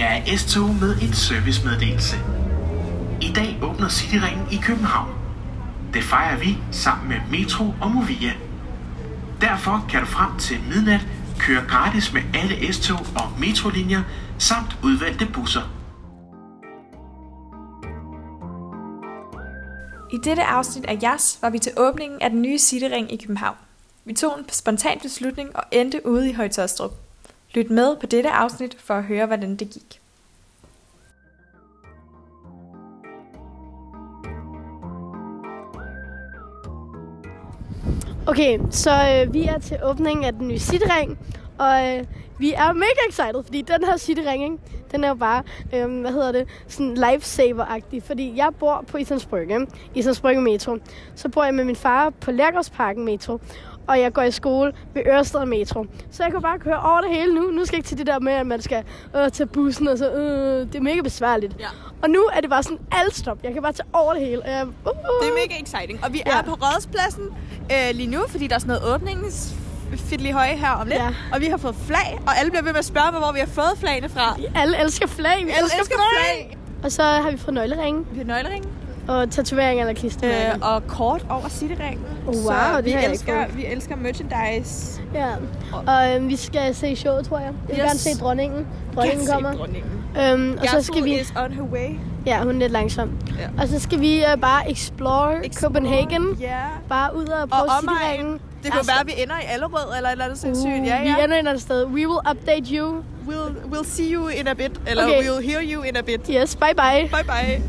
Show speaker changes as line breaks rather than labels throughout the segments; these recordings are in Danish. er S-tog med en servicemeddelelse. I dag åbner Cityringen i København. Det fejrer vi sammen med Metro og Movia. Derfor kan du frem til midnat køre gratis med alle S-tog og metrolinjer samt udvalgte busser.
I dette afsnit af JAS var vi til åbningen af den nye Cityring i København. Vi tog en spontan beslutning og endte ude i Højtostrup. Lyt med på dette afsnit for at høre, hvordan det gik.
Okay, så øh, vi er til åbningen af den nye Cityring, og øh, vi er mega excited, fordi den her Cityring, ikke, den er jo bare, øh, hvad hedder det, sådan lifesaver-agtig, fordi jeg bor på Islands Brygge, Islands Brygge Metro. Så bor jeg med min far på Lærgårdsparken Metro, og jeg går i skole ved Ørsted Metro. Så jeg kan bare køre over det hele nu. Nu skal jeg ikke til det der med, at man skal øh, tage bussen og så, øh, det er mega besværligt. Ja. Og nu er det bare sådan alt stop. Jeg kan bare tage over det hele. Og jeg, uh, uh.
Det er mega exciting. Og vi
Ja.
er på Rådspladsen øh, lige nu, fordi der er sådan noget åbnings fidtlig høje her om lidt.
Ja.
Ja. Og vi har fået flag, og alle bliver ved med at spørge mig, hvor vi har fået flagene fra. Vi
Alle elsker flag. Vi elsker, elsker flag.
flag.
Og så har vi fået nøgleringe
Vi har nøgleringen
og tatoveringer eller klistermærker.
øh, og kort over cityringen.
Wow,
Så
det
vi
har jeg ikke
elsker,
fået.
vi elsker merchandise.
Ja, og øhm, vi skal se showet, tror jeg. Jeg vil
Yes.
gerne se dronningen. Dronningen kommer.
Dronningen.
Øhm, og så skal vi...
is on her way.
Ja, hun er lidt langsom.
Ja.
Og så skal vi øh, bare explore, Copenhagen.
Ja.
Bare ud og
Og
prøve
omegn.
cityringen.
Det kunne være, at vi ender i Allerød eller et eller andet sandsynligt.
Uh,
ja,
Vi
ja.
ender et eller andet sted. We will update you.
We'll, we'll see you in a bit. Eller
Okay.
okay. we'll hear you in a bit.
Yes, bye bye.
Bye bye.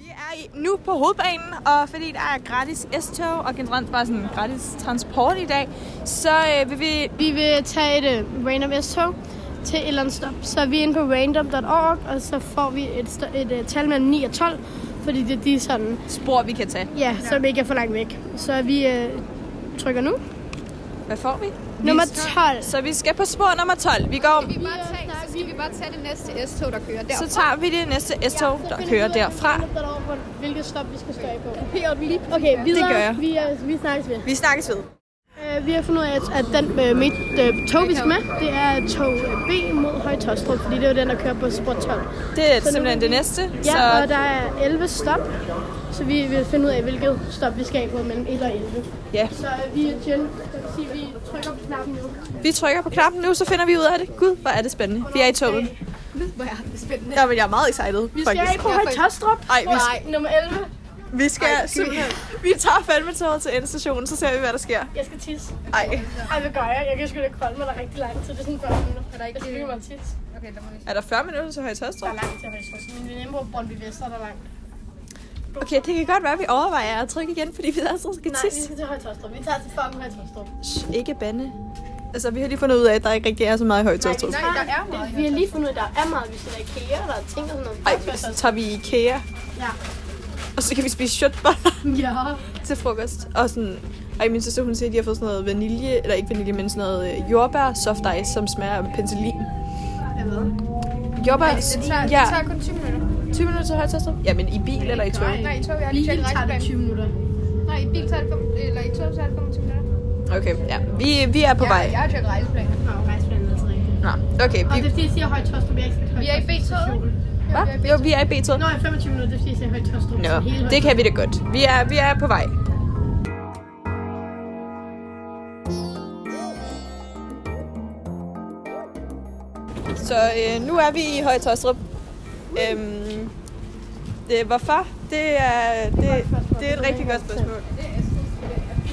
Vi er i- nu på hovedbanen, og fordi der er gratis S-tog og generelt bare sådan gratis transport i dag, så øh, vil vi...
Vi vil tage et uh, random S-tog til et eller andet stop. Så er vi inde på random.org, og så får vi et, st- et uh, tal mellem 9 og 12. Fordi det de er sådan,
Spor, vi kan tage.
ja, ja. som ikke er for langt væk. Så vi uh, trykker nu.
Hvad får vi?
Nummer
vi skal,
12.
Så vi skal på spor nummer 12. Vi går
vi bare tage, så skal vi bare tage det næste S-tog, der kører der.
Så tager vi det næste S-tog, der kører derfra.
Hvilket stop vi skal stå på.
tager vi lige
Okay, videre.
gør jeg.
Vi, uh, vi snakkes ved.
Vi snakkes ved.
Uh, vi har fundet ud af, at, at den uh, med, uh, tog, vi skal med, det er tog øh, B mod Højtostrup, fordi det er jo den, der kører på spor 12.
Det er
nu
simpelthen
vil
det
vi-
næste.
Ja, og
så
der er 11 stop, så vi vil finde ud af, hvilket stop vi skal af på mellem 1 og 11.
ja,
Så øh, vi er Jen, det vil sige, vi trykker på knappen nu.
vi trykker på knappen nu, så finder vi ud af det. Gud, hvor er det spændende. Vi er i toget.
Hvor er det spændende.
Ja, men jeg er meget excited,
Vi skal af på Højtostrup,
Ej, vi,
nummer 11.
vi skal simpelthen... Vi tager fandme toget til endestationen, så ser vi, hvad der sker.
Jeg skal tisse.
Ej,
Ej, hvad gør jeg? Jeg kan sgu da ikke holde mig der rigtig lang tid. Det er sådan 40 minutter.
Er der ikke-
Jeg skal lige mig tisse.
Okay, lad mig lige.
er der 40 minutter til Høje Tørstrup?
Der er langt til Højtostrup. Min veninde bor på Brøndby Vester, der er langt.
Okay, det kan godt være, at vi overvejer at trykke igen, fordi vi altid skal
Nej, vi
tisse.
skal til Højtostrup. Vi tager til fucking Højtostrup.
Shh, Ikke bande. Altså, vi har lige fundet ud af, at der ikke rigtig er så meget i Høje Tørstrup.
Nej, der er meget.
Vi har lige fundet ud af, der er meget. Vi skal der IKEA, der er ting og sådan noget.
Ej, så tager vi i IKEA,
Ja.
og så kan vi spise shotboller.
Ja.
til frokost. Og sådan, og min søster, hun siger, at de har fået sådan noget vanilje, eller ikke vanilje, men sådan noget øh, jordbær soft ice, som smager af penicillin. Jordbær,
Det tager,
ja,
det tager kun 20 minutter.
20 minutter til højtaster. Jamen i bil eller i tog.
Nej, i tog, jeg har lige
Lige
tjekket
tager det
rejseplanen.
20 minutter.
Nej, i bil tager det fem- eller i tog tager det 25 minutter.
Okay, ja. Vi, vi er på
Ja,
vej.
Jeg har tjekket rejseplanen.
Nå, rejseplanen er altså rigtigt.
Nå, okay.
Og det
Vi,
er fordi, jeg siger Højtostrup, jeg ikke skal til
Vi er i
Højtostrup
B-toget.
station.
hvad? Jo, vi er i B-toget.
Nå, i 25 minutter, det er fordi, jeg siger Højtostrup.
Nå, det kan vi da godt. Vi er, vi er på vej. Så øh, nu er vi i Høje Tostrup. Øhm, det, hvorfor? Det er, det, det er et rigtig godt spørgsmål.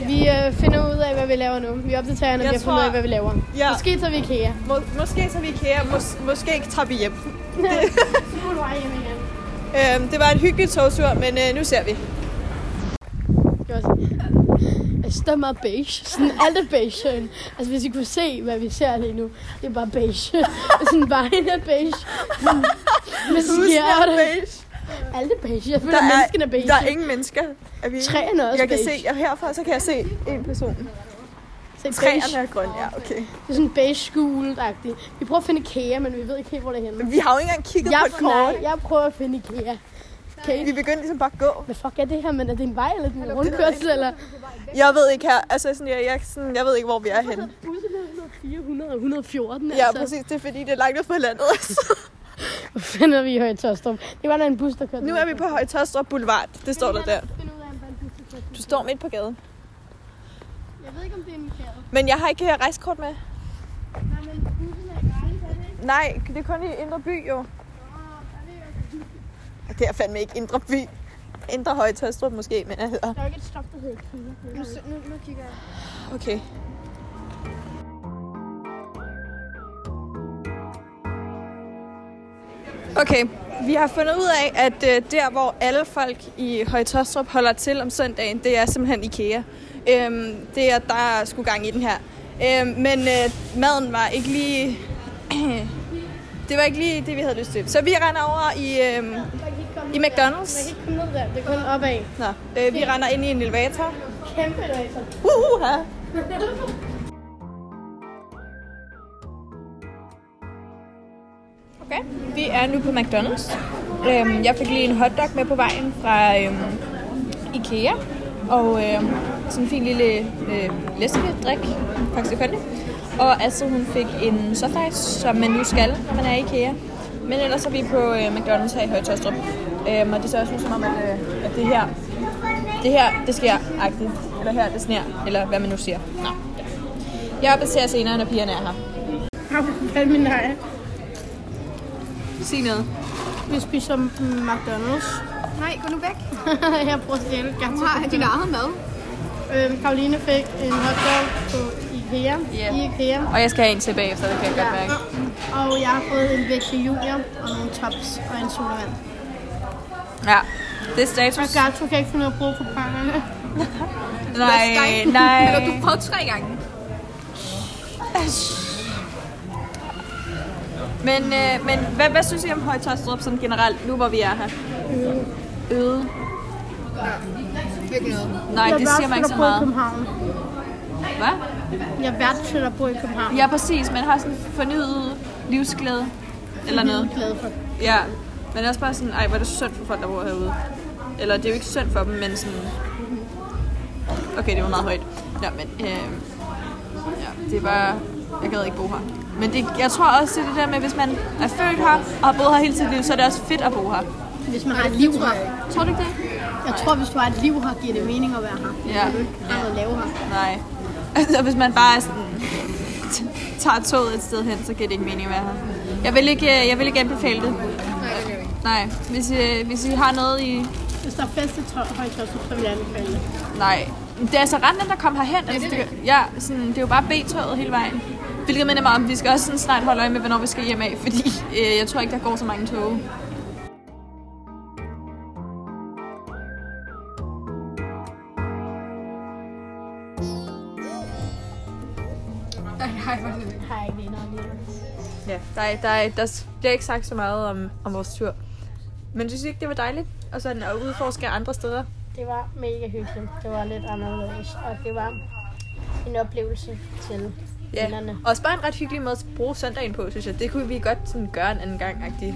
Vi øh, finder ud af, hvad vi laver nu. Vi opdaterer, når
Jeg
vi har fundet ud af,
tror-
hvad vi laver.
Ja.
Måske tager vi IKEA.
Må, måske tager vi IKEA, mås, måske ikke tager vi hjem.
Så må du hjem igen.
Øhm, det var en hyggelig togtur, men øh, nu ser vi.
Det var sådan, altså, der er meget beige. Sådan, alt er beige. herinde. Altså, hvis I kunne se, hvad vi ser lige nu, det er bare beige. sådan, vejen er beige. Sådan, Med skjerte. Alt er beige. Jeg føler, at menneskene er beige.
der er ingen mennesker. Er vi enige?
Træerne er også
jeg kan
beige.
se, og herfra så kan jeg se en person.
Se,
Træerne
beige.
er grønne, ja, okay.
Det er sådan beige skuld -agtigt. Vi prøver at finde IKEA, men vi ved ikke helt, hvor det er henne.
Vi har jo ikke engang kigget
Jeg,
på et kort.
nej, jeg prøver at finde IKEA. Okay.
Vi begyndte ligesom bare at gå.
Hvad fuck er det her, men er det en vej, eller er det en rundkørsel, eller?
Jeg ved ikke her, altså sådan, jeg, jeg, sådan, jeg ved ikke, hvor vi er henne.
Bussen er 104, 114,
Ja,
altså.
præcis, det er fordi, det er langt ud på landet.
Hvor fanden er vi i Høje Tostrup? Det var der en bus, der kørte.
nu er vi på Højtostrup Boulevard, det står der der. Du står midt på gaden.
Jeg ved ikke, om det er en kære.
Men jeg har ikke øh, rejsekort med. Nej, det er kun i Indre By, jo. Det er fandme ikke Indre By. Indre Højtostrup måske, men altså. jeg hedder.
Der er ikke et stop, der hedder Kina.
Nu, s- nu, nu kigger jeg.
Okay. Okay, vi har fundet ud af, at øh, der, hvor alle folk i Højtostrup holder til om søndagen, det er simpelthen IKEA. Øhm, det er, der er sgu gang i den her. Øhm, men øh, maden var ikke lige... det var ikke lige det, vi havde lyst til. Så vi render over i, øhm, i McDonald's.
Kom ned der, det er kun opad.
Nå, øh, vi render ind i en elevator.
Kæmpe elevator.
Uhuha!
Okay, vi er nu på McDonald's. Øhm, jeg fik lige en hotdog med på vejen fra øhm, Ikea. Og øhm, sådan en fin lille øh, læskedrik, faktisk kondi. Og Astrid hun fik en soft ice, som man nu skal, når man er i Ikea. Men ellers er vi på øh, McDonald's her i Højtostrup. Øhm, og det ser også ud som om, at, øh, at det her, det her, det sker agtigt. Eller her, det sner. Eller hvad man nu siger. Nå. ja. Jeg opdaterer senere, når pigerne er her.
Fald min nej.
Sig noget.
Vi spiser McDonald's.
Nej, gå nu væk.
jeg prøver at stjæle
Du
ganske
har din egen mad.
Øhm, Karoline fik en hotdog på IKEA.
Ja.
I IKEA.
Og jeg skal have en til bagefter, det kan jeg godt mærke.
Og jeg har fået en vægt til junior og nogle tops og en sodavand.
Ja, det er
Og
status.
Gato kan ikke finde ud af at bruge kupongerne.
Nej, nej.
Eller du prøvede tre gange.
Men, øh, men hvad, hvad synes I om Højtostrup sådan generelt, nu hvor vi er her?
Øh.
Øde.
Ikke noget.
Nej, det siger mig ikke så meget.
København.
Hvad?
Jeg værdsætter at bo i København.
Ja, præcis. Man har sådan fornyet livsglæde. Eller
Mhm.
Jeg
noget.
er glad for.
Ja. Men det er også bare sådan, ej, hvor er det synd for folk, der bor herude. Eller det er jo ikke synd for dem, men sådan... Okay, det var meget højt. Ja, men... Øh, ja, det er bare... Jeg gad ikke bo her. Men det, jeg tror også, det er det der med, hvis man er født her og har boet her hele sit liv, så er det også fedt at bo her.
Hvis man har et liv her.
Tror du ikke det?
Jeg tror, hvis du har et liv her, giver det mening at være her.
Ja.
Når du ikke har noget at lave her.
Nej. Altså, hvis man bare er sådan, tager toget et sted hen, så giver det ikke mening at være her. Jeg vil ikke, øh, jeg vil ikke anbefale det.
Nej, det gør vi ikke.
Nej, hvis I, øh, hvis I har noget i...
Hvis der er fest i Tro- Højtostrup, så vil jeg anbefale det.
Nej. Det er altså ret nemt at komme herhen. Altså,
det er
det, ja, sådan, det er jo bare B-toget hele vejen. Hvilket minder mig om, at vi skal også sådan snart holde øje med, hvornår vi skal hjem af, fordi øh, jeg tror ikke, der går så mange tog.
Har jeg ikke noget lige.
Ja, der, er- der, er- der bliver ikke sagt så meget om, om vores tur. Men synes I ikke, det var dejligt og sådan, at udforske andre steder?
Det var mega hyggeligt. Det var lidt anderledes. Og det var en oplevelse til
Ja,
vennerne.
også bare en ret hyggelig måde at bruge søndagen på, synes jeg. Det kunne vi godt sådan, gøre en anden gang, agtig.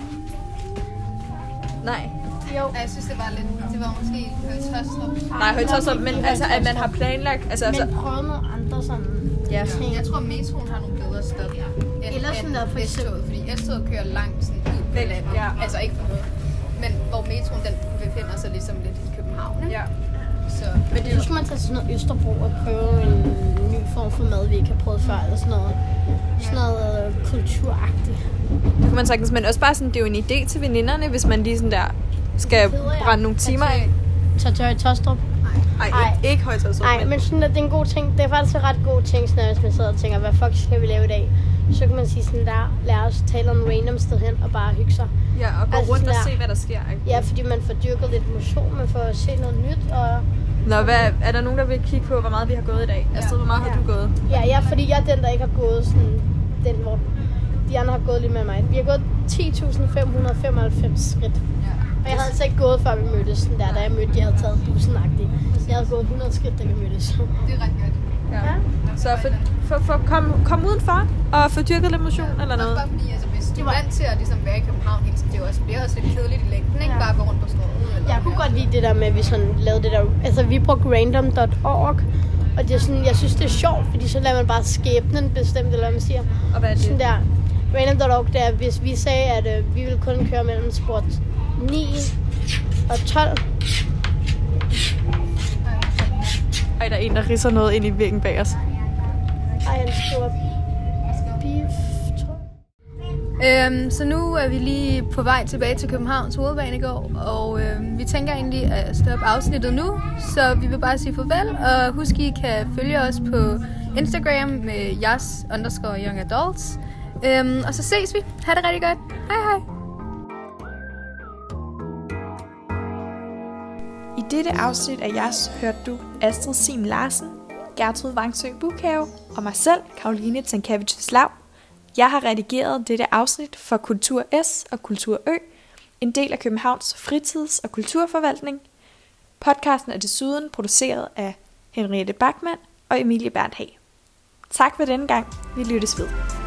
Nej,
Ja, jeg synes, det var lidt... Det var måske lidt tørstrup.
nej, højt også, men altså, at man har planlagt, altså, altså
Men prøve noget andre sådan
ja.
ting.
Jeg tror, metroen har nogle bedre stop. end-
Eller sådan
end
noget, for eksempel-
S-toget, fordi S-toget kører langt sådan ud på
Væk,
landet.
ja.
Altså ikke for noget. Men hvor metroen den befinder sig ligesom lidt i København. ikke?
Ja.
Så
Men det så skal man tage til sådan noget Østerbro og prøve en ny form for mad, vi ikke har prøvet før, eller sådan noget, sådan noget øh, kulturagtigt.
Det kunne man sagtens, men også bare sådan, det er jo en idé til veninderne, hvis man lige sådan der skal brænde nogle timer af.
Tag til Høje Tostrup.
Nej, ikke, ikke højt også,
Nej,
men
men sådan, at det er en god ting. Det er faktisk en ret god ting, sådan, at hvis man sidder og tænker, hvad fuck skal vi lave i dag? Så kan man sige sådan der, lad os tale om random sted hen og bare hygge sig.
ja, og gå
altså
rundt og
sådan der-
se, hvad der sker. Ikke?
Ja, fordi man får dyrket lidt motion, man får set noget nyt, og
Nå, hvad, er der nogen, der vil kigge på, hvor meget vi har gået i dag? Astrid, hvor meget har du gået?
ja, ja, fordi jeg er den, der ikke har gået sådan, den, hvor de andre har gået lidt med mig. Vi har gået 10.595 skridt. Og jeg havde altså ikke gået, før vi mødtes den der, da jeg mødte, jeg havde taget bussen -agtigt. Så jeg havde gået 100 skridt, da vi mødtes.
Det er ret godt.
Så for, for, for kom, kom udenfor og få dyrket lidt motion eller
Også
noget.
bare fordi, altså, hvis du
Det
er
var-
vant til at ligesom, være i København hele tiden, det er jo også, bliver også lidt kedeligt i længden, ikke? Bare at gå rundt på strået. Eller
Jeg kunne godt lide det der med, at vi sådan lavede det der... Altså, vi brugte random.org, og det er sådan, jeg synes, det er sjovt, fordi så lader man bare skæbnen bestemt, eller hvad man siger.
Og hvad er
Sådan
det?
der, random.org, det er, hvis vi sagde, at øh, vi ville kun køre mellem sport 9 og 12,
Ej, der er en, der risser noget ind i væggen bag os.
og han skriver beef, tror jeg.
Øhm, så nu er vi lige på vej tilbage til Københavns Hovedbanegård, og øhm, vi tænker egentlig at stoppe afsnittet nu, så vi vil bare sige farvel, og husk, I kan følge os på Instagram med jas underscore young adults, øhm, og så ses vi. Ha' det rigtig godt. Hej hej.
I dette afsnit af Jas hørte du Astrid Sim Larsen, Gertrud Vangsø Bukhave og mig selv, Karoline Tankavich Slav. Jeg har redigeret dette afsnit for Kultur S og Kultur Ø, en del af Københavns fritids- og kulturforvaltning. Podcasten er desuden produceret af Henriette Bachmann og Emilie Berndt Hag. Tak for denne gang. Vi lyttes ved.